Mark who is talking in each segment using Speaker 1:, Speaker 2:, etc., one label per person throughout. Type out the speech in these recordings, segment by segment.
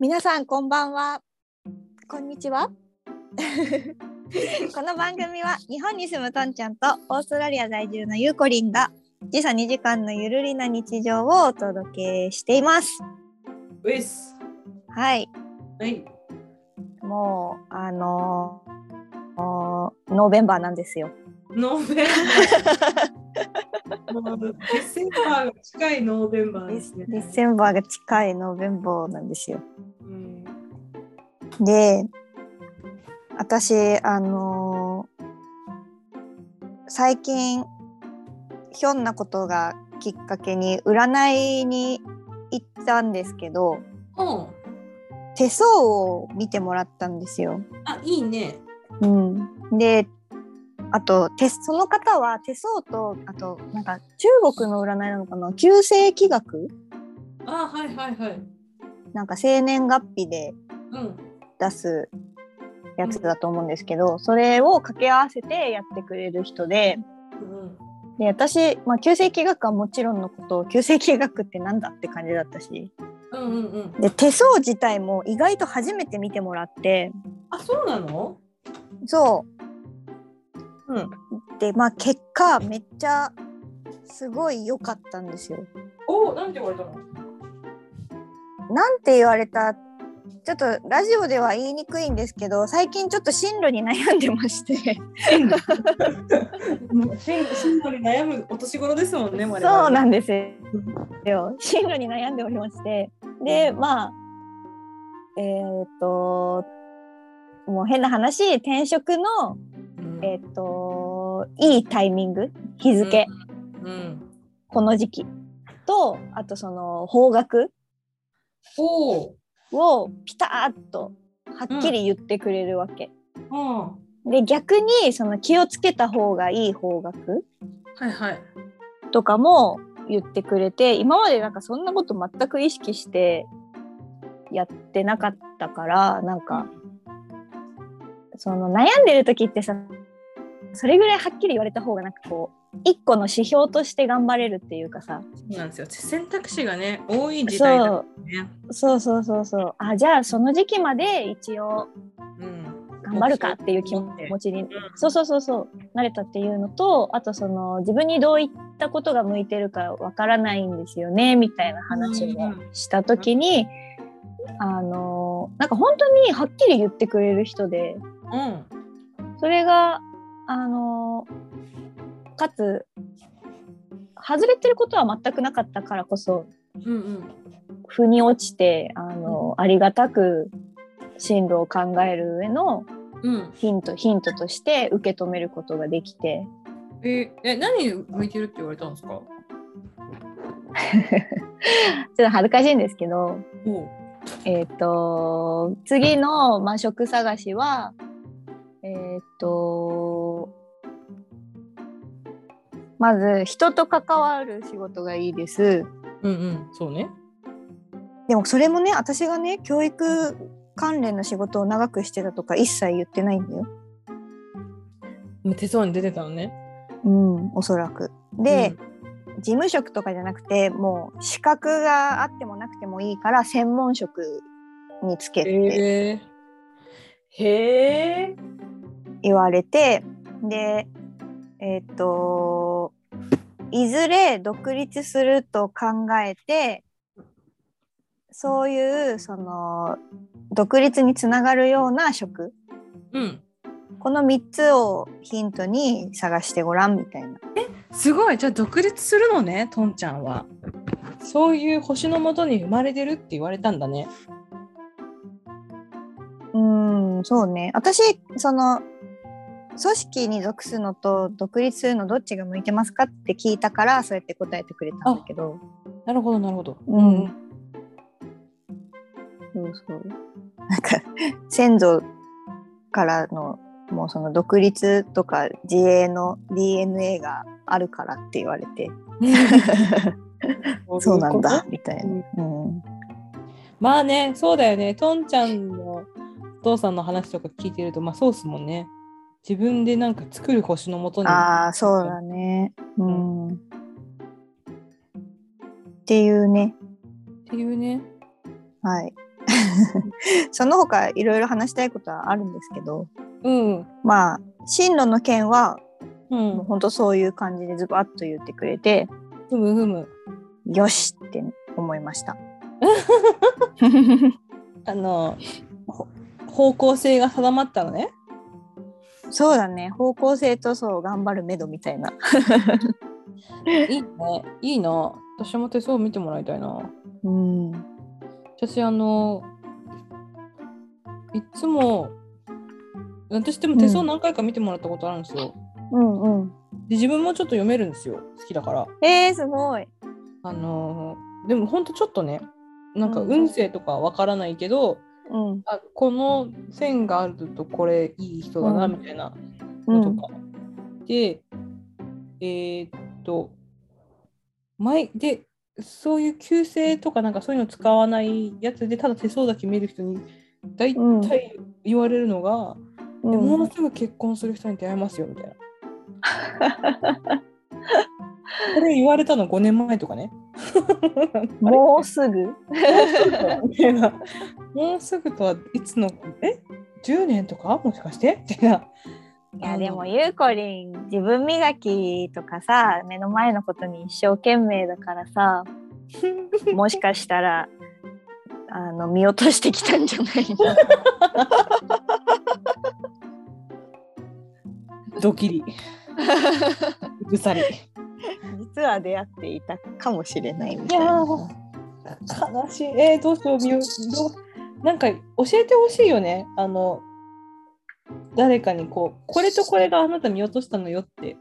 Speaker 1: 皆さんこんばんはこんにちは この番組は日本に住むとんちゃんとオーストラリア在住のゆうこりんが時差2時間のゆるりな日常をお届けしています
Speaker 2: ウィス。
Speaker 1: はい
Speaker 2: はい。
Speaker 1: もうあのーおーノーベンバーなんですよ
Speaker 2: ノーベ ンバー。もうディセンバーが近いノーベンバー
Speaker 1: デ
Speaker 2: で
Speaker 1: ィ
Speaker 2: す
Speaker 1: ス
Speaker 2: ね。
Speaker 1: ディセンバーが近いノーベンバーなんですよ
Speaker 2: うん。
Speaker 1: で私あのー最近ひょんなことがきっかけに占いに行ったんですけど
Speaker 2: おう
Speaker 1: 手相を見てもらったんですよ。
Speaker 2: あ、いいね。
Speaker 1: うん、であと手その方は手相とあとなんか中国の占いなのかな旧世紀学
Speaker 2: あ、はいはいはい。
Speaker 1: なんか生年月日で
Speaker 2: うん。
Speaker 1: 出すやつだと思うんですけど、それを掛け合わせてやってくれる人で
Speaker 2: うん。
Speaker 1: で私、まあ、旧世紀学はもちろんのこと旧世紀学ってなんだって感じだったし
Speaker 2: うんうんうん。
Speaker 1: で手相自体も意外と初めて見てもらって
Speaker 2: あ、そうなの
Speaker 1: そう、うん、でまあ結果めっちゃすごい良かったんですよ。
Speaker 2: おお、なんて言われたの
Speaker 1: なんて言われたちょっとラジオでは言いにくいんですけど最近ちょっと進路に悩んでまして。
Speaker 2: もう進路に悩むお年頃ですもんね、我々
Speaker 1: そうなんですよ。進路に悩んでおりまして。で、まあ、えーっと、もう変な話、転職の、
Speaker 2: うん
Speaker 1: えーっと、いいタイミング、日付、
Speaker 2: うん。
Speaker 1: この時期と、あとその方角
Speaker 2: おお。
Speaker 1: をピタッとはっきり言ってくれるわけ。
Speaker 2: うん。は
Speaker 1: で、逆にその気をつけた方がいい方角
Speaker 2: いはい。
Speaker 1: とかも言ってくれて今までなんかそんなこと全く意識してやってなかったからなんかその悩んでる時ってさそれぐらいはっきり言われた方がなんかこう一個の指標として頑張れるっていうかさ
Speaker 2: そうなんですよ。選択肢がね、多い時代だ
Speaker 1: そ
Speaker 2: か
Speaker 1: う
Speaker 2: らね。
Speaker 1: そうそうそうそうあじゃあその時期まで一応
Speaker 2: うん。
Speaker 1: 頑張るかっていう気
Speaker 2: 持って
Speaker 1: 持ちにそうそうそうそう慣れたっていうのとあとその自分にどういったことが向いてるかわからないんですよねみたいな話もした時に、あのなんか本当にはっきり言ってくれる人で
Speaker 2: うん。
Speaker 1: それがあのかつ外れてることは全くなかったからこそ
Speaker 2: うんうん。
Speaker 1: 腑に落ちてあの、ありがたく進路を考える上の
Speaker 2: うん、
Speaker 1: ヒントヒントとして受け止めることができて
Speaker 2: ええ何向いてるって言われたんですか
Speaker 1: ちょっと恥ずかしいんですけど、
Speaker 2: おう
Speaker 1: えっと次の、まあ、職探しはえっとまず人と関わる仕事がいいです。
Speaker 2: うんうんそうね
Speaker 1: でもそれもね私がね教育関連の仕事を長くしてたとか一切言ってないんだよ。
Speaker 2: もう手相に出てたのね
Speaker 1: うんおそらく。で、、事務職とかじゃなくてもう資格があってもなくてもいいから専門職につけ
Speaker 2: うん
Speaker 1: って
Speaker 2: へえへえ
Speaker 1: 言われて、でえーっといずれ独立すると考えてそういうその独立につながるような職
Speaker 2: うん
Speaker 1: この3つをヒントに探してごらんみたいな。
Speaker 2: すごいじゃあ独立するのねとんちゃんはそういう星のもとに生まれてるって言われたんだね
Speaker 1: うーん、そうね。私、その、組織に属すのと独立するのどっちが向いてますかって聞いたから、そうやって答えてくれたんだけど。
Speaker 2: なるほどなるほど
Speaker 1: うん そうそう。なんか、先祖からの、もうその独立とか自営の DNA があるからって言われて、そうなんだ、みたいな。うん。
Speaker 2: まあねそうだよねとんちゃんのお父さんの話とか聞いてるとまあそうっすもんね自分でなんか作る星のもとに
Speaker 1: ああ、そうだね。うん。っていうね。
Speaker 2: っていうね
Speaker 1: はい。 その他いろいろ話したいことはあるんですけど
Speaker 2: うん。
Speaker 1: まあ進路の件は
Speaker 2: う。
Speaker 1: もうんほんとそういう感じでズバッと言ってくれて
Speaker 2: ふむふむ。
Speaker 1: よしって思いま した。
Speaker 2: あの、ほ方向性が定まったのね。
Speaker 1: そうだね方向性とそう頑張るめどみたいな。
Speaker 2: いいね。いいな。私も手相見てもらいたいな。
Speaker 1: うん
Speaker 2: 私、あの、いつも、私でも手相何回か見てもらったことあるんですよ。
Speaker 1: うんうん、
Speaker 2: で、自分もちょっと読めるんですよ。好きだから。
Speaker 1: えー、すごい。
Speaker 2: あのーでもほんとちょっとねなんか
Speaker 1: うん
Speaker 2: 運勢とかわからないけど、
Speaker 1: うん
Speaker 2: あこの線があるとこれいい人だな
Speaker 1: うん
Speaker 2: みたいな
Speaker 1: う
Speaker 2: のと
Speaker 1: ん
Speaker 2: か、でえーっと前でそういう旧姓とかなんかそういうの使わないやつでただ手相だけ見る人に大体言われるのが、で
Speaker 1: うん
Speaker 2: もうすぐ結婚する人に出会えますよみた いな。これ言われたの5年前とかね。あれ
Speaker 1: もうすぐ
Speaker 2: みたいな もうすぐとはいつのえ10年とかもしかしてみたいな。
Speaker 1: いや
Speaker 2: あの
Speaker 1: でもゆうこりん自分磨きとかさ目の前のことに一生懸命だからさもしかしたらあの見落としてきたんじゃないの
Speaker 2: ドキリ。ぐさり。い
Speaker 1: 実は出会っていたかもしれないみたい
Speaker 2: や
Speaker 1: な。
Speaker 2: ー悲しい。えーどうしようみよどうなんか教えてほしいよね。あの誰かにこうこれとこれがあなた見落としたのよって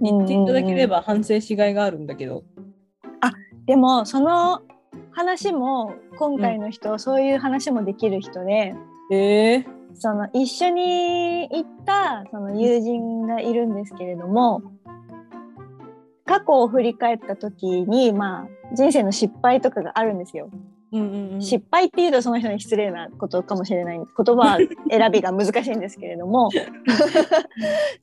Speaker 2: 言っていただければ反省しがいがあるんだけど。
Speaker 1: でもその話も今回の人、そういう話もできる人で
Speaker 2: えー、
Speaker 1: その一緒に行ったその友人がいるんですけれども過去を振り返った時に、まあ、人生の失敗とかがあるんですよ。
Speaker 2: うんうんうん。
Speaker 1: 失敗っていうとその人に失礼なことかもしれない言葉選びが難しいんですけれど も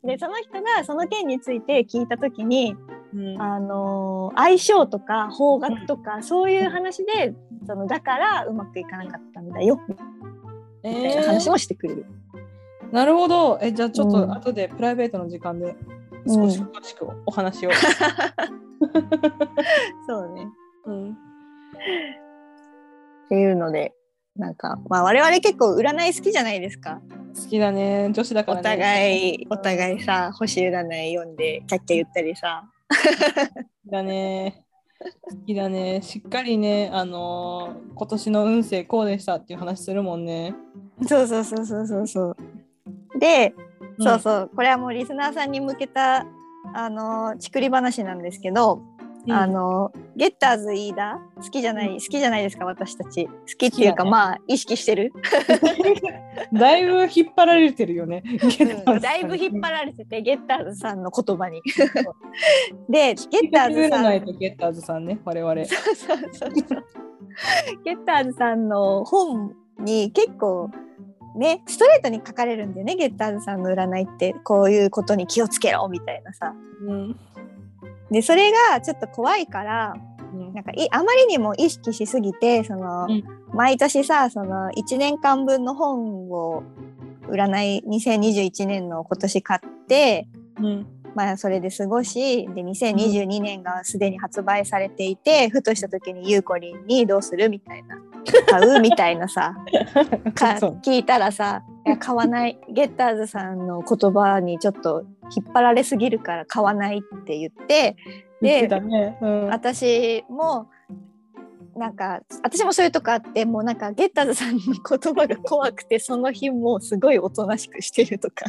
Speaker 1: でその人がその件について聞いた時に、
Speaker 2: うん
Speaker 1: あのー相性とか方角とかそういう話でそのだからうまくいかなかったんだよみ
Speaker 2: え
Speaker 1: たいな話もしてくれる。
Speaker 2: なるほど。えじゃあちょっ
Speaker 1: うん
Speaker 2: と後でプライベートの時間で
Speaker 1: うん
Speaker 2: 少し詳しくお話を。
Speaker 1: そうね
Speaker 2: うん
Speaker 1: っていうのでなんか、まあ、我々結構占い好きじゃないですか。
Speaker 2: 好きだね。女子だか
Speaker 1: お
Speaker 2: らね。
Speaker 1: 互いお互いさ星占い読んでキャッキャ言ったりさ。
Speaker 2: 好きだね。好きだね。しっかりね、あのー今年の運勢こうでしたっていう話するもんね。
Speaker 1: そうそうそうそうそうそう。で、そう
Speaker 2: う
Speaker 1: そうこれはもうリスナーさんに向けたあのちくり話なんですけど、
Speaker 2: ん。
Speaker 1: あ
Speaker 2: うん
Speaker 1: のゲッターズ飯田好きじゃない、好きじゃないですか私たち好きっていう
Speaker 2: 好きだ
Speaker 1: か、
Speaker 2: ね
Speaker 1: まあ意識してる、
Speaker 2: だいぶ引っ張られてるよね。
Speaker 1: うんだいぶ引っ張られててゲッターズさんの言葉に。でゲッターズさん
Speaker 2: いとゲッターズさんね、我々。
Speaker 1: そうそうそうそうゲッターズさんの本に結構ねストレートに書かれるんだよねゲッターズさんの占いってこういうことに気をつけろみたいなさ
Speaker 2: うん。
Speaker 1: でそれがちょっと怖いから
Speaker 2: うん
Speaker 1: なんかいあまりにも意識しすぎてその、
Speaker 2: うん
Speaker 1: 毎年さその1年間分の本を占い2021年の今年買って、
Speaker 2: うん。
Speaker 1: まあ、それで過ごしで2022年がすでに発売されていて、ふとした時にゆうこりんに「どうする?」みたいな「買う?」みたいな さか
Speaker 2: そう
Speaker 1: 聞いたらさ「いや買わない」ゲッターズさんの言葉にちょっと引っ張られすぎるから買わないって言って
Speaker 2: 言っ
Speaker 1: で
Speaker 2: てたね。うん。
Speaker 1: 私もなんか私もそういうとこあってもうなんかゲッターズさんの言葉が怖くてその日もうすごいおとなしくしてると か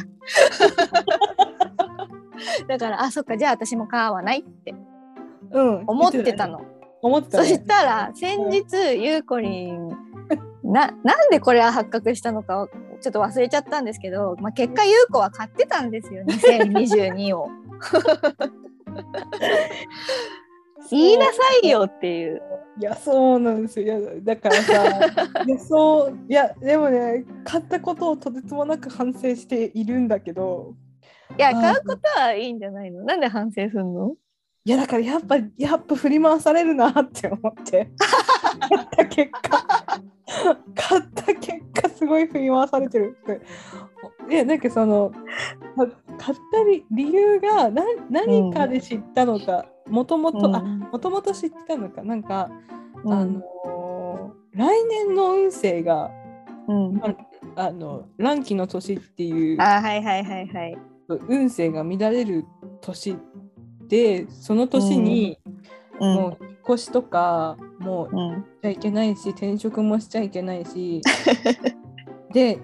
Speaker 1: だからあそっかじゃあ私も買わないって
Speaker 2: うん
Speaker 1: 思ってた。の、
Speaker 2: 思ってた
Speaker 1: そ
Speaker 2: ね。
Speaker 1: したら先日ゆうこりんななんでこれは発覚したのかをちょっと忘れちゃったんですけど、まあ、結果ゆうこは買ってたんですよ2022を。 言いなさいよっていう。
Speaker 2: いやそうなんですよいやだから さいやそういやでもね買ったことをとてつもなく反省しているんだけど
Speaker 1: いや
Speaker 2: あー
Speaker 1: 買うことはいいんじゃないのなんで反省すんの
Speaker 2: いやだからやっぱやっぱ振り回されるなって思ってやった結果買った結果すごい振り回されてるって。えなんかそのか買ったり理由が何何かで知ったのかもともとあもともと知ってたのかなんか、
Speaker 1: うん
Speaker 2: あのー来年の運勢が
Speaker 1: うんうん
Speaker 2: まあの乱気の年っていう
Speaker 1: あーはいはいはいはい。
Speaker 2: 運勢が乱れる年でその年に
Speaker 1: うん
Speaker 2: もう引っ越しとかもう
Speaker 1: うん
Speaker 2: しちゃいけないし転職もしちゃいけな いしで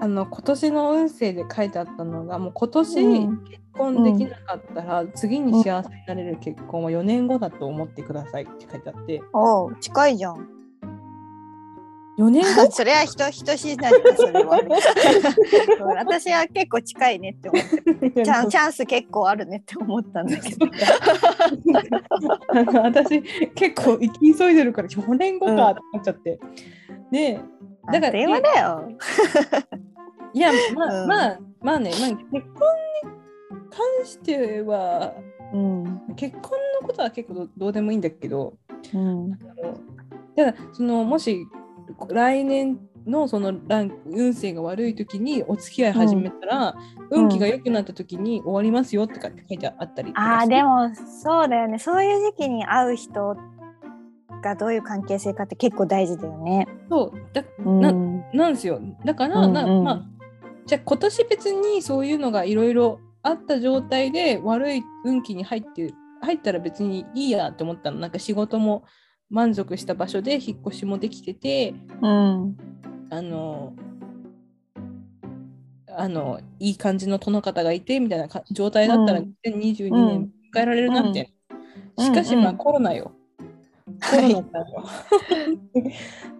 Speaker 2: あの今年の運勢で書いてあったのがもう今年
Speaker 1: う
Speaker 2: 結
Speaker 1: ん
Speaker 2: 婚できなかったら、次に幸せになれる結婚は4年後だと思ってくださいって書いてあって
Speaker 1: おう近いじゃん。
Speaker 2: 4年後
Speaker 1: それは人人しい なりだそれは私は結構近いねって思って チャンチャンス結構あるねって思ったん だけど。
Speaker 2: なんか 私結構行き急いでるから4年後かって思っちゃって、でだから
Speaker 1: あ電話だよ。
Speaker 2: いやま
Speaker 1: う
Speaker 2: あ
Speaker 1: ん
Speaker 2: まあまあね、まあ、結婚に関しては
Speaker 1: うん
Speaker 2: 結婚のことは結構どどうでもいいんだけど
Speaker 1: うん
Speaker 2: あのただそのもし来年のそのラン運勢が悪い時にお付き合い始めたら、
Speaker 1: うん
Speaker 2: 運気が良くなった時に終わりますよとかって書いてあったりとか
Speaker 1: あ
Speaker 2: し
Speaker 1: ー
Speaker 2: て
Speaker 1: でもそうだよねそういう時期に会う人がどういう関係性かって結構大事だよね。
Speaker 2: そうだ
Speaker 1: うん
Speaker 2: ななんですよだから、な
Speaker 1: うんうん
Speaker 2: まあ、じゃあ今年別にそういうのがいろいろあった状態で悪い運気に入って入ったら別にいいやって思ったのなんか仕事も満足した場所で引っ越しもできてて
Speaker 1: うん
Speaker 2: あのあのいい感じの殿方がいてみたいなか状態だったら
Speaker 1: う
Speaker 2: 2022
Speaker 1: うん
Speaker 2: 年迎えられるなみたいな、
Speaker 1: うん
Speaker 2: しかし
Speaker 1: うん
Speaker 2: まあコロナよ、コロナだよ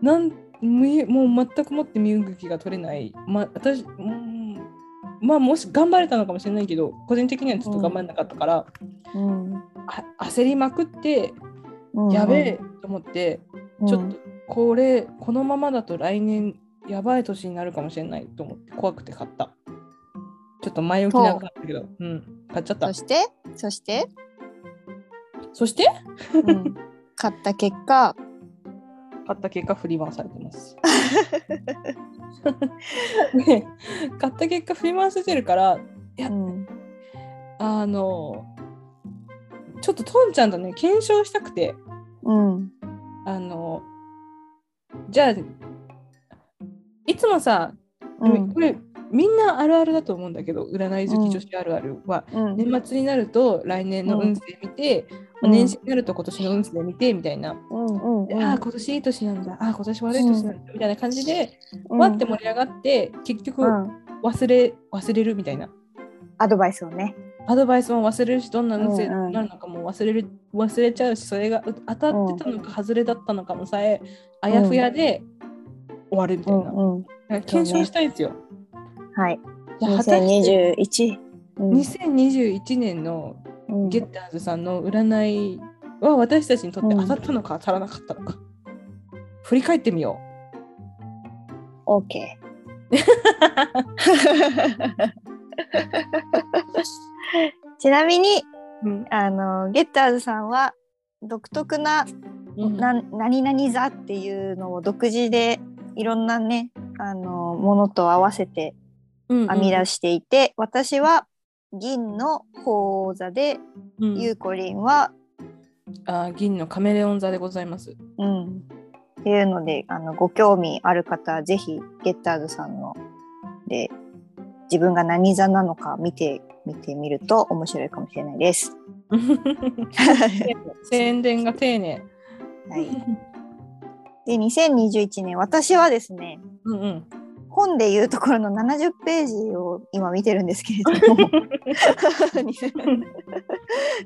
Speaker 2: なんみもう全くもって身動きが取れない、まあ、私うんまあもし頑張れたのかもしれないけど個人的にはちょっと頑張れなかったから、
Speaker 1: うん
Speaker 2: あ焦りまくって
Speaker 1: うん
Speaker 2: やべえと思って、ちょっとこれこのままだと来年やばい年になるかもしれないと思って怖くて買った。ちょっと前置き長かったけど、うん、買っちゃっ
Speaker 1: う
Speaker 2: た
Speaker 1: ん。そしてそして、
Speaker 2: そして
Speaker 1: うん、買った結果
Speaker 2: 買った結果振り回されてます。ね買った結果振り回されてるから
Speaker 1: うん
Speaker 2: あのちょっとトンちゃんとね検証したくて
Speaker 1: うん
Speaker 2: あのじゃあいつもさ
Speaker 1: う
Speaker 2: でも
Speaker 1: ん
Speaker 2: これみんなあるあるだと思うんだけど占い好き女子あるあるは、
Speaker 1: うん
Speaker 2: 年末になると来年の運勢見て、
Speaker 1: うん
Speaker 2: 年始になると今年の運勢見てみたいな、
Speaker 1: うんうん
Speaker 2: ああ今年いい年なんだああ今年悪い年なんだみたいな感じで、
Speaker 1: うん
Speaker 2: わって盛り上がって結局
Speaker 1: うん
Speaker 2: 忘れ忘れるみたいな
Speaker 1: アドバイスをね。
Speaker 2: アドバイスも忘れるしどんな運勢
Speaker 1: う
Speaker 2: に
Speaker 1: んうん
Speaker 2: なるのかも忘れる忘れちゃうしそれがう当たってたのか外れだったのかもさえあやふやで終わるみたいな、だか
Speaker 1: うん
Speaker 2: ら検証したいんですよ。
Speaker 1: はい。
Speaker 2: じゃあ果たして
Speaker 1: 一。
Speaker 2: 2021年の
Speaker 1: うん
Speaker 2: ゲッターズさんの占いは私たちにとって当たったのか当たらなかったのか、振り返ってみよう。
Speaker 1: オー ケー。ちなみに
Speaker 2: うん
Speaker 1: あのゲッターズさんは独特な,、
Speaker 2: あ
Speaker 1: な何々座っていうのを独自でいろんなねあのものと合わせて編み出していて、私は銀の鳳凰座で、
Speaker 2: うん
Speaker 1: ゆうこりんは、
Speaker 2: あ銀のカメレオン座でございます。
Speaker 1: うん、っていうのであのご興味ある方はぜひゲッターズさんので自分が何座なのか見て見てみると面白いかもしれないです。
Speaker 2: 宣伝が丁寧。
Speaker 1: はい、で2021年私はですね
Speaker 2: う んうん、
Speaker 1: 本でいうところの70ページを今見てるんですけれども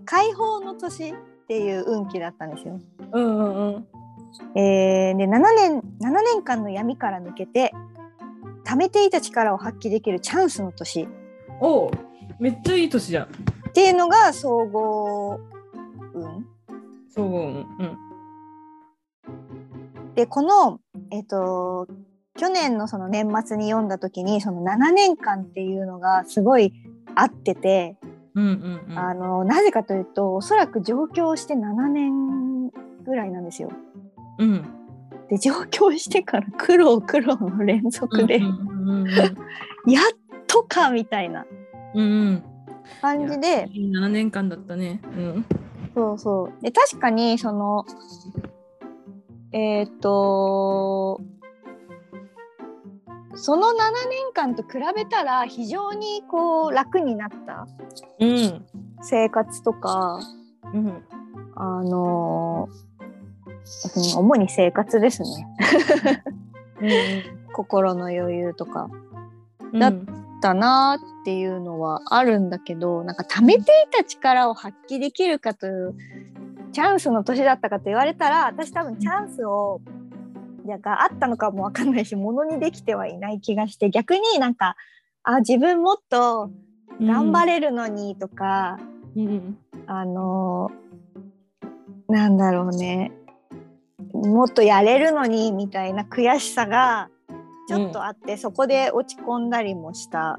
Speaker 1: 解放の年っていう運気だったんですよ。
Speaker 2: うんうんうん
Speaker 1: えーで7年 ,7 年間の闇から抜けて貯めていた力を発揮できるチャンスの年
Speaker 2: おうめっちゃいい年じゃん。
Speaker 1: っていうのが総合運
Speaker 2: そう、うんうん、
Speaker 1: でこの、えっと去年のその年末に読んだ時にその7年間っていうのがすごい合ってて、
Speaker 2: うんうんうん。
Speaker 1: あのなぜかというとおそらく上京して7年ぐらいなんですよ。
Speaker 2: うん
Speaker 1: で上京してから苦労苦労の連続で、
Speaker 2: うんうん
Speaker 1: やっとかみたいな
Speaker 2: うんうん
Speaker 1: 感じで
Speaker 2: 7年間だったね。うん
Speaker 1: そうそうで確かにそのえっ、とその7年間と比べたら非常にこう楽になった
Speaker 2: うん
Speaker 1: 生活とか
Speaker 2: うん
Speaker 1: あのうん主に生活ですね心の余裕とか
Speaker 2: うん
Speaker 1: だだなっていうのはあるんだけどなんか貯めていた力を発揮できるかというチャンスの年だったかと言われたら私多分チャンスをなんかあったのかもわかんないしものにできてはいない気がして逆になんかあ自分もっと頑張れるのにとか、
Speaker 2: うん
Speaker 1: あのなんだろうねもっとやれるのにみたいな悔しさがちょっとあって、そこで落ち込んだりもした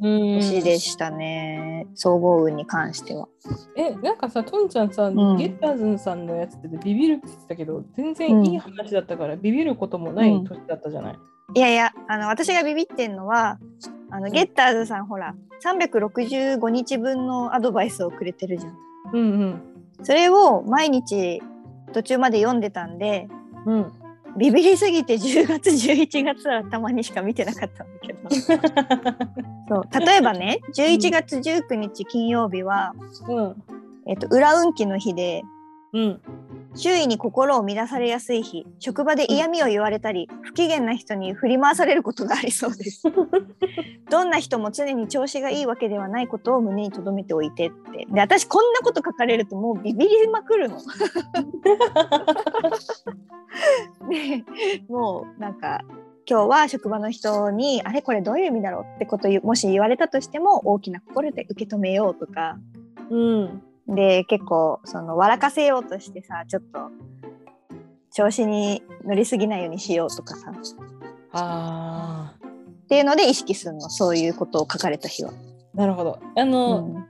Speaker 2: うん
Speaker 1: 年でしたね、総合運に関しては。
Speaker 2: えなんかさとんちゃんさ、
Speaker 1: ん
Speaker 2: ゲッターズンさんのやつってビビるって言ってたけど全然いい話だったから、ビビることもない年だったじゃない。
Speaker 1: いやいやあの私がビビってんのはあのゲッターズさんほら365日分のアドバイスをくれてるじゃん。
Speaker 2: うん
Speaker 1: それを毎日途中まで読んでたんで
Speaker 2: うんうん。
Speaker 1: ビビりすぎて10月11月はたまにしか見てなかったんだけどそう例えばね11月19日金曜日は、
Speaker 2: うん
Speaker 1: えっと裏運気の日で。
Speaker 2: うん
Speaker 1: 周囲に心を乱されやすい日職場で嫌味を言われたり不機嫌な人に振り回されることがありそうですどんな人も常に調子がいいわけではないことを胸に留めておいてってで私こんなこと書かれるともうビビりまくるの でもうなんか今日は職場の人にあれこれどういう意味だろうってことをもし言われたとしても大きな心で受け止めようとか
Speaker 2: うん
Speaker 1: で結構その笑かせようとしてさちょっと調子に乗りすぎないようにしようとかさっ
Speaker 2: ああ
Speaker 1: ていうので意識するのそういうことを書かれた日は。
Speaker 2: なるほど。あ
Speaker 1: う
Speaker 2: の、
Speaker 1: ん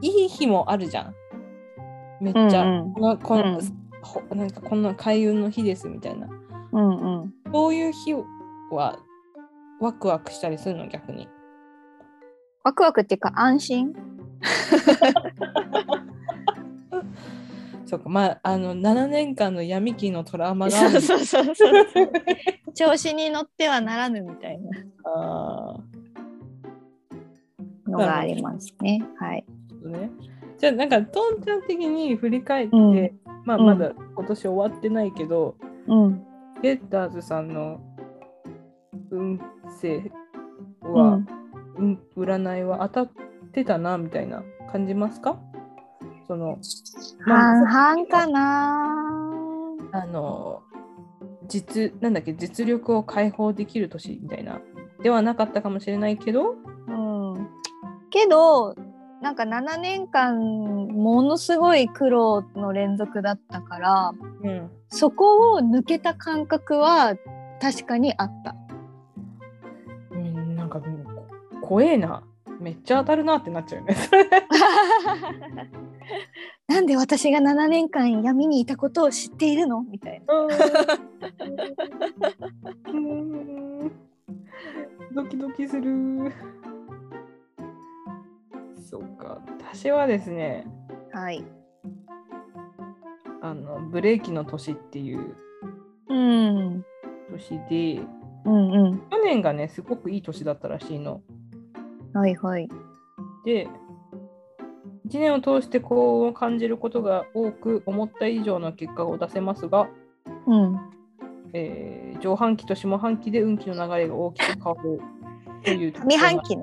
Speaker 2: いい日もあるじゃん。めっちゃ、
Speaker 1: うんうん
Speaker 2: このこの
Speaker 1: うん
Speaker 2: ほなんかこんな開運の日ですみたいな。
Speaker 1: うんうん、
Speaker 2: そういう日はワクワクしたりするの逆に。
Speaker 1: ワクワクっていうか安心
Speaker 2: そうかまああの7年間の闇期のトラウマが あ
Speaker 1: そ
Speaker 2: る
Speaker 1: うそうそう そう調子に乗ってはならぬみたいな
Speaker 2: あー
Speaker 1: のがありますね。はい、
Speaker 2: そうね。じゃあなんかトンちゃん的に振り返って、
Speaker 1: うん
Speaker 2: まあ、
Speaker 1: うん
Speaker 2: まだ今年終わってないけど、
Speaker 1: うん
Speaker 2: ゲッターズさんの運勢
Speaker 1: う
Speaker 2: は、
Speaker 1: ん
Speaker 2: うん、占いは当たってたなみたいな感じますかその、
Speaker 1: 半
Speaker 2: まあ
Speaker 1: 々かな
Speaker 2: あの実なんだっけ実力を解放できる年みたいなではなかったかもしれないけど、
Speaker 1: うん、けどなんか7年間ものすごい苦労の連続だったから
Speaker 2: うん、
Speaker 1: そこを抜けた感覚は確かにあ った。
Speaker 2: うんなんかもうこ怖えなめっちゃ当たるなってなっちゃうよね。
Speaker 1: なんで私が7年間闇にいたことを知っているのみたいな。
Speaker 2: うんドキドキする。そうか私はですね
Speaker 1: はい。
Speaker 2: あのブレーキの年っていう
Speaker 1: うん。うん
Speaker 2: 年で
Speaker 1: うん。
Speaker 2: 去年がねすごくいい年だったらしいの。
Speaker 1: はいはい。
Speaker 2: で1年を通して幸運を感じることが多く思った以上の結果を出せますが、
Speaker 1: うん。
Speaker 2: えー上半期と下半期で運気の流れが大きく変わるという
Speaker 1: 上半期ね。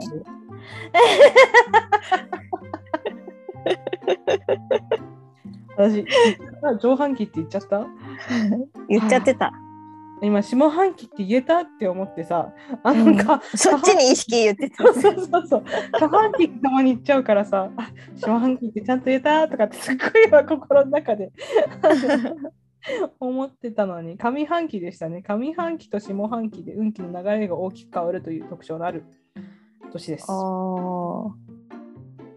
Speaker 2: 私上半期って言っちゃった
Speaker 1: 言っちゃってた。
Speaker 2: 今下半期って言えたって思ってさあなんか、
Speaker 1: そっちに意識言ってた。
Speaker 2: そうそうそうそう下半期ってたまに言っちゃうからさあ下半期ってちゃんと言えたとかってすっごい今心の 中で思ってたのに上半期でしたね上半期と下半期で運気の流れが大きく変わるという特徴のある年です
Speaker 1: あー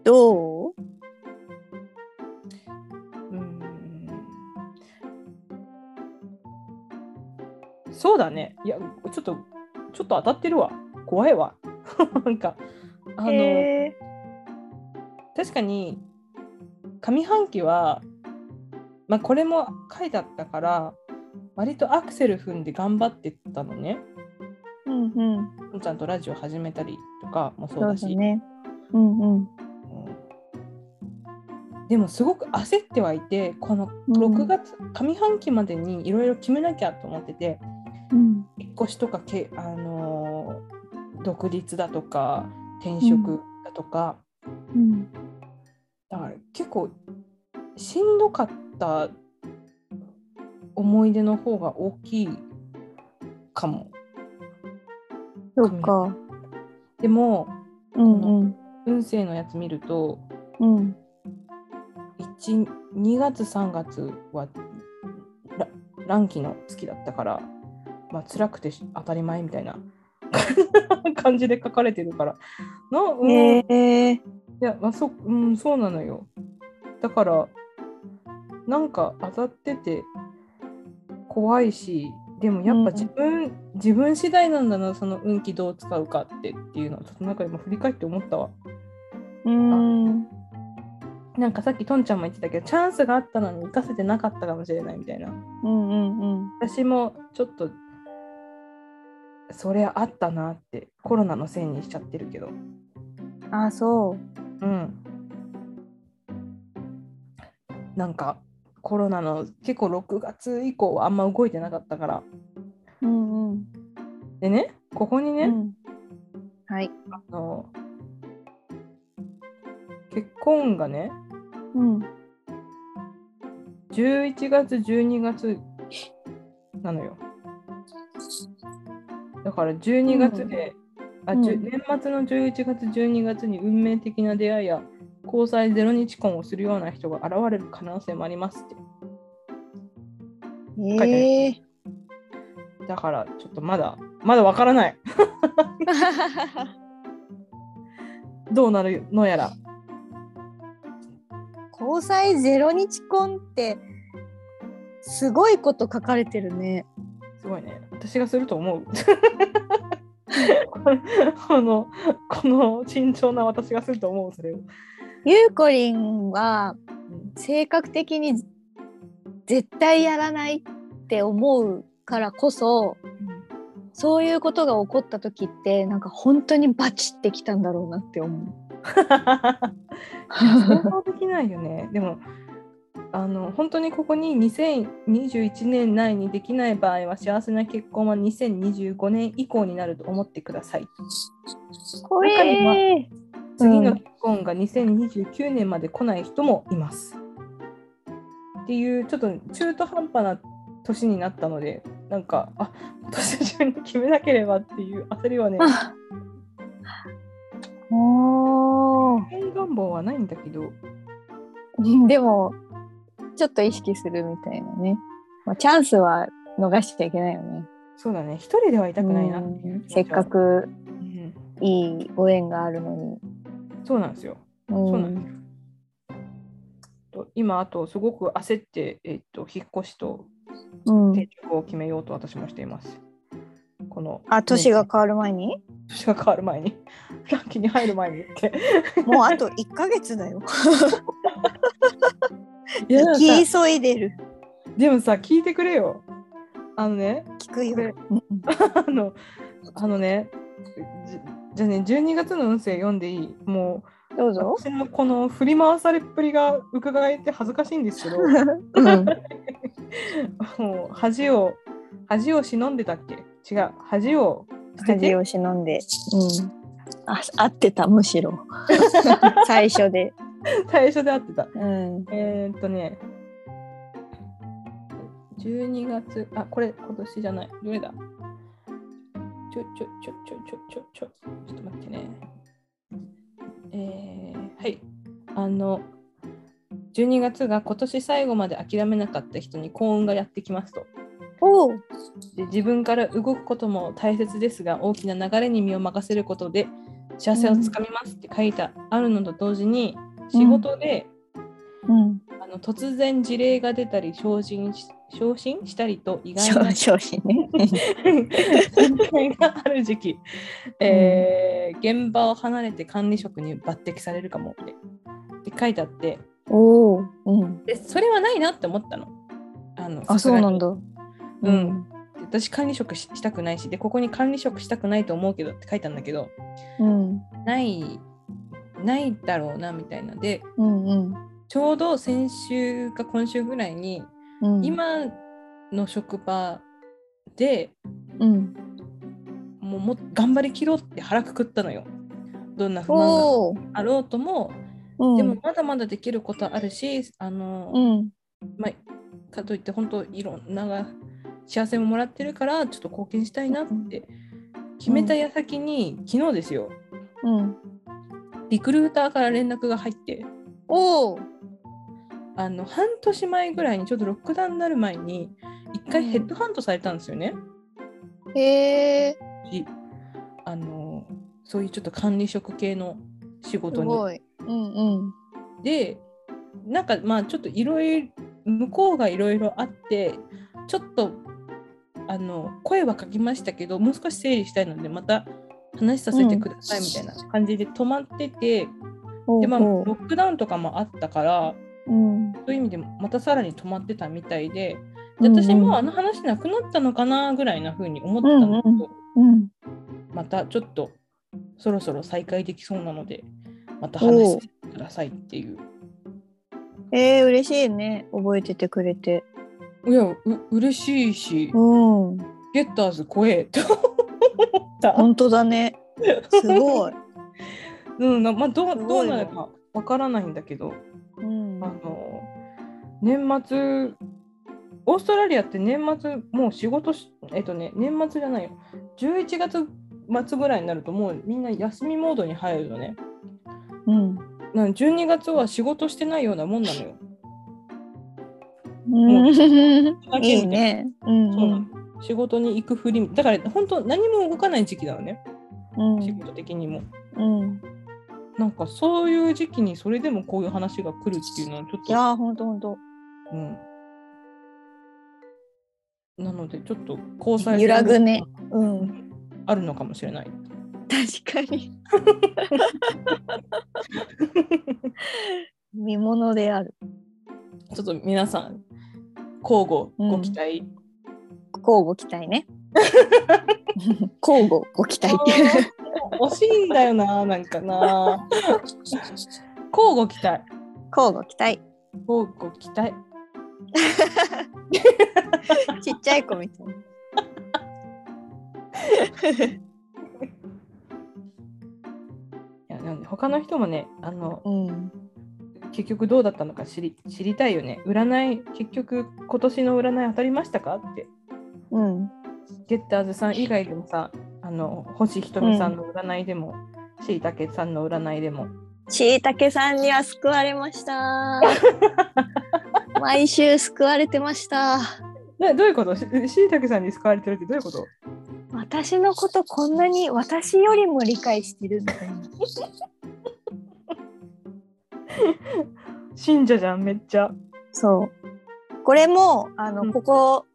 Speaker 1: どう
Speaker 2: うーんそうだね。いや、ちょっと、ちょっと当たってるわ。怖いわ。 なんか、あの、
Speaker 1: へ
Speaker 2: 確かに上半期は、まあ、これも回だったから割とアクセル踏んで頑張ってたのね。
Speaker 1: ーうんうん。
Speaker 2: ちゃんとラジオ始めたりとかもそう
Speaker 1: そう
Speaker 2: だ
Speaker 1: だ
Speaker 2: し。
Speaker 1: ね。うんうん。
Speaker 2: うんでもすごく焦ってはいてこの6月、上半期までにいろいろ決めなきゃと思ってて
Speaker 1: うん
Speaker 2: 引っ越しとかけ、あのー独立だとか転職だとか、
Speaker 1: うん。
Speaker 2: だから結構しんどかった思い出の方が大きいかも。
Speaker 1: そうか。
Speaker 2: でも
Speaker 1: うんうん。
Speaker 2: 運勢のやつ見ると
Speaker 1: うん。
Speaker 2: 12月3月はラ乱気の月だったから、まあ辛くてし当たり前みたいな 感じで書かれてるから。のうん
Speaker 1: へえー。
Speaker 2: いや、まあ、そ、うん、そうなのよ。だから、なんか当たってて怖いし、でもやっぱ自分、自分次第なんだな、その運気どう使うかってっていうのを、ちょっとなんか今振り返って思ったわ。
Speaker 1: うん。
Speaker 2: なんかさっきとんちゃんも言ってたけど、チャンスがあったのに生かせてなかったかもしれないみたいな。
Speaker 1: うんうんうん。
Speaker 2: 私もちょっと、それあったなって、コロナのせいにしちゃってるけど。
Speaker 1: ああ、そう。
Speaker 2: うん。なんかコロナの結構6月以降はあんま動いてなかったから。
Speaker 1: うんうん。
Speaker 2: でね、ここにね、
Speaker 1: うんはい。
Speaker 2: あの結婚がね、
Speaker 1: うん。
Speaker 2: 11月、12月なのよ。だから12月で、あ
Speaker 1: うん
Speaker 2: じゅ年末の11月、12月に運命的な出会いや交際ゼロ日婚をするような人が現れる可能性もありますって。書い
Speaker 1: え
Speaker 2: て
Speaker 1: え
Speaker 2: だからちょっとまだまだわからない どうなるのやら
Speaker 1: 交際ゼロ日婚ってすごいこと書かれてるね。
Speaker 2: すごいね私がすると思う このこの慎重な私がすると思うそれを、
Speaker 1: ゆうこりんは性格的に絶対やらないって思うからこそそういうことが起こった時ってなんか本当にバチってきたんだろうなって思
Speaker 2: 想像できないよねでもあの本当にここに2021年内にできない場合は幸せな結婚は2025年以降になると思ってください。
Speaker 1: う。 こ
Speaker 2: 中には
Speaker 1: れ
Speaker 2: 次の結婚が2029年まで来ない人もいます。っていうちょっと中途半端な年になったのでなんかあ今年中に決めなければっていう焦りはね
Speaker 1: あ おー
Speaker 2: 変願望はないんだけど
Speaker 1: でもちょっと意識するみたいなね、まあ、チャンスは逃しちゃいけないよね
Speaker 2: そうだね一人ではいたくないなっていう
Speaker 1: うんせっか、く
Speaker 2: うん
Speaker 1: いいご縁があるの
Speaker 2: そうなんですよ。
Speaker 1: に、
Speaker 2: そうなんですよと今あとすごく焦って、えっと引っ越しと
Speaker 1: うん
Speaker 2: 転職を決めようと私もしています。この
Speaker 1: あ年が変わる前に
Speaker 2: 年が変わる前に ランキに入る前にって。
Speaker 1: もうあと1ヶ月だ よ
Speaker 2: いや
Speaker 1: 生き急いでる
Speaker 2: でもさ聞いてくれよあのね
Speaker 1: 聞くよ
Speaker 2: これあのあのねじじゃあね12月の運勢読んでいいも
Speaker 1: どう
Speaker 2: う
Speaker 1: ぞ、
Speaker 2: 私のこの振り回されっぷりが伺えて恥ずかしいんですけど
Speaker 1: うん、
Speaker 2: もう恥を恥を忍んでたっけ違う恥を捨て
Speaker 1: 恥
Speaker 2: て
Speaker 1: を忍んで、うん、あ合ってたむしろ 最初で、
Speaker 2: 最初で会ってた
Speaker 1: うん、
Speaker 2: えー、っとね12月あこれ今年じゃないどれだちょちょちょちょちょちょちょちょっと待ってねえー、はいあの12月が今年最後まで諦めなかった人に幸運がやってきますと
Speaker 1: おう
Speaker 2: で自分から動くことも大切ですが大きな流れに身を任せることで幸せをつかみますって書いてあるのと同時に仕事で、
Speaker 1: うん
Speaker 2: あの突然事例が出たり昇進し昇進したりと意外 な
Speaker 1: 昇進ね。
Speaker 2: 展開がある時期、えー現場を離れて管理職に抜擢されるかもってって書いてあって
Speaker 1: おお、うん。
Speaker 2: でそれはないなって思ったの。あの
Speaker 1: あ、
Speaker 2: さす
Speaker 1: そう
Speaker 2: がに
Speaker 1: なんだ。う。
Speaker 2: 私管理職ししたくないしでここに管理職したくないと思うけどって書いたんだけど
Speaker 1: うん。
Speaker 2: ないないだろうなみたいなで
Speaker 1: うん。うん。
Speaker 2: ちょうど先週か今週ぐらいに、
Speaker 1: うん。。
Speaker 2: 今の職場で
Speaker 1: うん。
Speaker 2: もうもっと頑張りきろうって腹くくったのよ。どんな不満が
Speaker 1: おお。
Speaker 2: あろうとも、
Speaker 1: うん
Speaker 2: でも。まだまだできることあるしあの、
Speaker 1: うん。
Speaker 2: まあ、かといって本当いろんなが幸せももらってるからちょっと貢献したいなって決めた矢先に、昨日ですよ
Speaker 1: うん。
Speaker 2: リクルーターから連絡が入って
Speaker 1: おお。
Speaker 2: あの半年前ぐらいにちょっとロックダウンになる前に一回ヘッドハントされたんですよね。
Speaker 1: へえ。
Speaker 2: しあのそういうちょっと管理職系の仕
Speaker 1: す
Speaker 2: 事に。
Speaker 1: ごい。うん。うん。
Speaker 2: でなんかまあちょっといろいろ向こうがいろいろあってちょっとあの声はかけましたけどもう少し整理したいのでまた話させてくださいみたいな感じで止まってて、でまあロックダウンとかもあったから
Speaker 1: うん。
Speaker 2: そういう意味でもまたさらに止まってたみたいで
Speaker 1: う
Speaker 2: で
Speaker 1: んうん
Speaker 2: 私もあの話なくなったのかなぐらいな風に思ってたんだけど、
Speaker 1: うんうん。
Speaker 2: またちょっとそろそろ再開できそうなのでまた話してくださいっていう
Speaker 1: ええ、嬉しいね。覚えててくれて。
Speaker 2: いや、う嬉しいし、
Speaker 1: うん。
Speaker 2: ゲッターズ怖えと思った。
Speaker 1: 本当だ ね。すごい。
Speaker 2: うん、なまあ、どう
Speaker 1: すごい
Speaker 2: どうなるかわからないんだけど、
Speaker 1: うん
Speaker 2: あ。の年末、オーストラリアって年末、もう仕事し、えっとね、年末じゃないよ、11月末ぐらいになると、もうみんな休みモードに入るのね。
Speaker 1: うん。
Speaker 2: なん12月は仕事してないようなもんなのよ。
Speaker 1: うん。 いい
Speaker 2: みたい
Speaker 1: ね。うん。
Speaker 2: なそうなの仕事に行くふりみだから本当何も動かない時期だよね、
Speaker 1: うん。
Speaker 2: 仕事的にも。
Speaker 1: うん。
Speaker 2: なんかそういう時期にそれでもこういう話が来るっていうのはちょっ
Speaker 1: い
Speaker 2: と、
Speaker 1: やー、本当本当。
Speaker 2: うん、なのでちょっと交際
Speaker 1: 揺らぐねうん。
Speaker 2: あるのかもしれない。
Speaker 1: 確かに。 見物である。
Speaker 2: ちょっと皆さん交互ご期待、
Speaker 1: 交互期待 ね。交互ご期待っていう。
Speaker 2: 惜しいんだよななんかな交互期待
Speaker 1: 交互期待。
Speaker 2: 交互期待
Speaker 1: ちっちゃい子みたいな。
Speaker 2: いやなんで他の人もねあの
Speaker 1: うん。
Speaker 2: 結局どうだったのか知り知りたいよね占い結局今年の占い当たりましたかって
Speaker 1: うん。
Speaker 2: ゲッターズさん以外でもさ、あの星ひとみさんの占いでも、しいたけさんの占いでも、
Speaker 1: しいたけさんには救われま した。毎週救われてました。
Speaker 2: ね、どういうことししいたけさんに使われてるってどういうこと
Speaker 1: 私のことこんなに私よりも理解してるみたいな。
Speaker 2: 信者じゃん、めっちゃ。
Speaker 1: そう。これも、あの、
Speaker 2: うん
Speaker 1: ここ、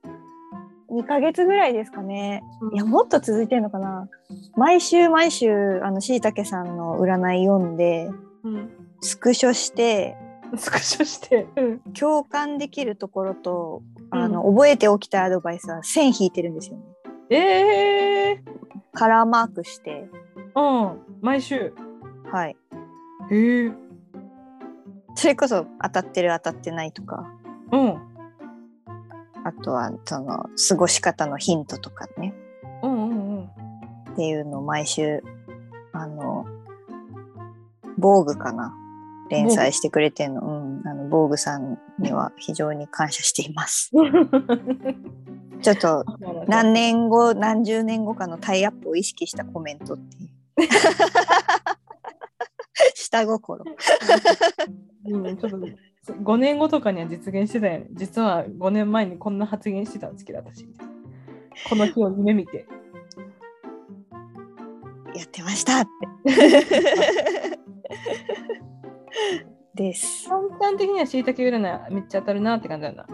Speaker 1: 2ヶ月ぐらいですかね。いや、もっと続いてるのかな。毎週毎週、あの、しいたけさんの占い読んで、
Speaker 2: うん、
Speaker 1: スクショして、
Speaker 2: スクショして、うん、
Speaker 1: 共感できるところと、あの、
Speaker 2: う
Speaker 1: 覚えておきたいアドバイスは線引いてるんですよね。
Speaker 2: え
Speaker 1: カラーマークして、
Speaker 2: ー、うん、毎週。
Speaker 1: はい。
Speaker 2: へえ、
Speaker 1: それこそ当たってる当たってないとか、
Speaker 2: うん、
Speaker 1: あとは、その、過ごし方のヒントとかね。
Speaker 2: うん、うん、うん。
Speaker 1: っていうのを毎週あの防具かな連載してくれてるの,、うん、あの防具さんには非常に感謝しています。ちょっと何年後何十年後かのタイアップを意識したコメントっていう。 下心
Speaker 2: うん、ちょっと5年後とかには実現してたよね。実は5年前にこんな発言してたんですけど、私。この日を夢見て。
Speaker 1: やってましたって。 です。
Speaker 2: さんちゃん的にはしいたけ占いめっちゃ当たるなって感じなんだ。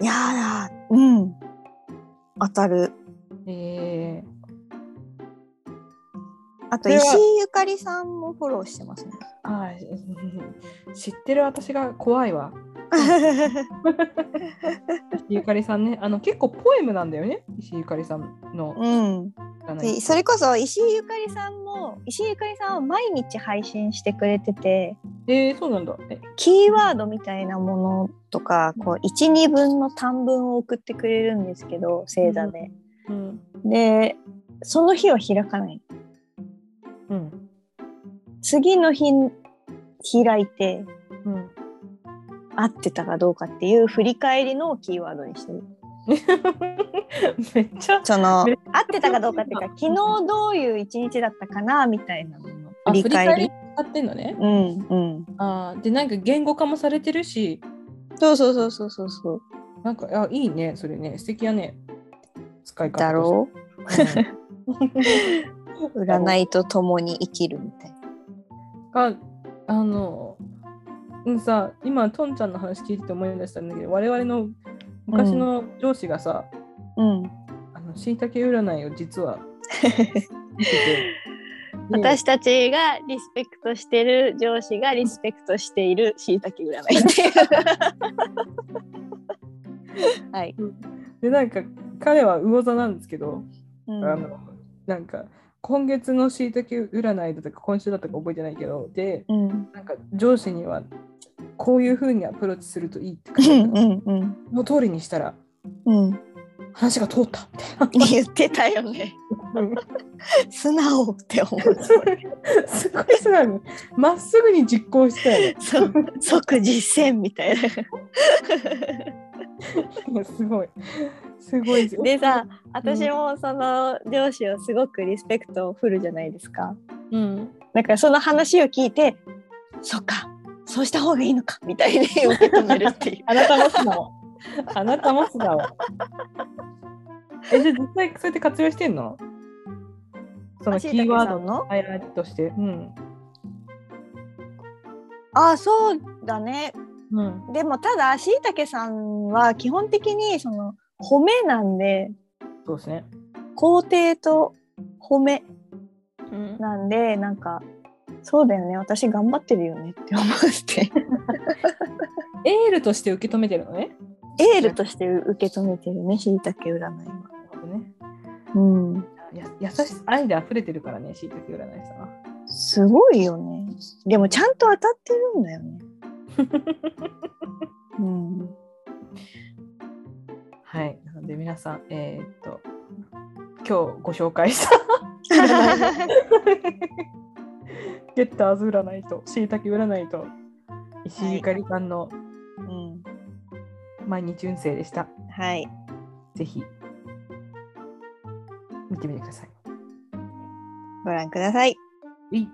Speaker 1: いやー、うん。当たる。
Speaker 2: えー、
Speaker 1: あと、
Speaker 2: それ
Speaker 1: 石
Speaker 2: は
Speaker 1: 井ゆかりさんもフォローしてます ね。
Speaker 2: あー知ってる私が怖いわ。ゆかりさんね、あの結構ポエムなんだよね、石井ゆかりさんの
Speaker 1: うん。
Speaker 2: 占
Speaker 1: で
Speaker 2: い。
Speaker 1: それこそ石井ゆかりさんも石井ゆかりさんは毎日配信してくれてて
Speaker 2: えー、そうなんだ。え
Speaker 1: キーワードみたいなものとかこう12分の短文を送ってくれるんですけど星座で。
Speaker 2: うん
Speaker 1: でその日は開かない
Speaker 2: うん
Speaker 1: 次の日開いて
Speaker 2: うん、
Speaker 1: 合ってたかどうかっていう振り返りのをキーワードにしてる。
Speaker 2: めっちゃ
Speaker 1: その
Speaker 2: めっ
Speaker 1: 合ってたかどうかっていうか昨日どういう一日だったかなみたいなもの
Speaker 2: あ
Speaker 1: 振り返り。
Speaker 2: 使ってんのね。
Speaker 1: うんうん。
Speaker 2: あーでなんか言語化もされてるし、
Speaker 1: そうそうそうそうそうそう。
Speaker 2: なんかあいいねそれね素敵やね使い方として。
Speaker 1: だろう
Speaker 2: うん。
Speaker 1: 占いと共に生きるみたいな。
Speaker 2: があのうんさ今トンちゃんの話聞いてて思い出したんだけど我々の昔の上司がさ、
Speaker 1: うん。
Speaker 2: あのしいたけ占いを実は 見ててで
Speaker 1: 私たちがリスペクトしてる上司がリスペクトしているしいたけ占いっていう。はい。
Speaker 2: でなんか彼は魚座なんですけど、
Speaker 1: うん
Speaker 2: あのなんか今月のしいたけ占いだとか今週だとか覚えてないけどで
Speaker 1: うん
Speaker 2: なんか上司にはこういうふうにアプローチするといいって
Speaker 1: う
Speaker 2: 書いてある
Speaker 1: んうん
Speaker 2: その通りにしたら
Speaker 1: うん。
Speaker 2: 話が通ったみたいな。
Speaker 1: 言ってたよね。素直って思う。
Speaker 2: すごい素直にまっすぐに実行したよね。
Speaker 1: そう即実践みたいな。
Speaker 2: いやすごい。すごい。
Speaker 1: でさ、私もその上司をすごくリスペクトを振るじゃないですか。
Speaker 2: うん。
Speaker 1: だからその話を聞いて、そっか、そうした方がいいのかみたいに受け止めるっていう。
Speaker 2: あなたも素 直。あなたも素 直。え、じゃあ実際そうやって活用してんのそのキーワードの
Speaker 1: の
Speaker 2: ハイライトとして。うん。
Speaker 1: あそうだね
Speaker 2: うん。
Speaker 1: でもただしいたけさんは基本的にその褒めなんで
Speaker 2: そうですね。
Speaker 1: 肯定と褒め
Speaker 2: うん、
Speaker 1: なんでなんかそうだよね私頑張ってるよねって思って
Speaker 2: エールとして受け止めてるのね。
Speaker 1: エールとして受け止めてるねしいたけ占いは。
Speaker 2: ね
Speaker 1: うん
Speaker 2: や優しさ愛で溢れてるからね、しいたけ占いさんは。
Speaker 1: すごいよねでもちゃんと当たってるんだよね。うん、
Speaker 2: はい。なので皆さん、えーっと、今日ご紹介した。ゲッターズ占いと、しいたけ占いと、石井ゆかりさんの
Speaker 1: うん、
Speaker 2: 毎日運勢でした。
Speaker 1: はい
Speaker 2: ぜひ、見てみてください。
Speaker 1: ご覧ください。
Speaker 2: うい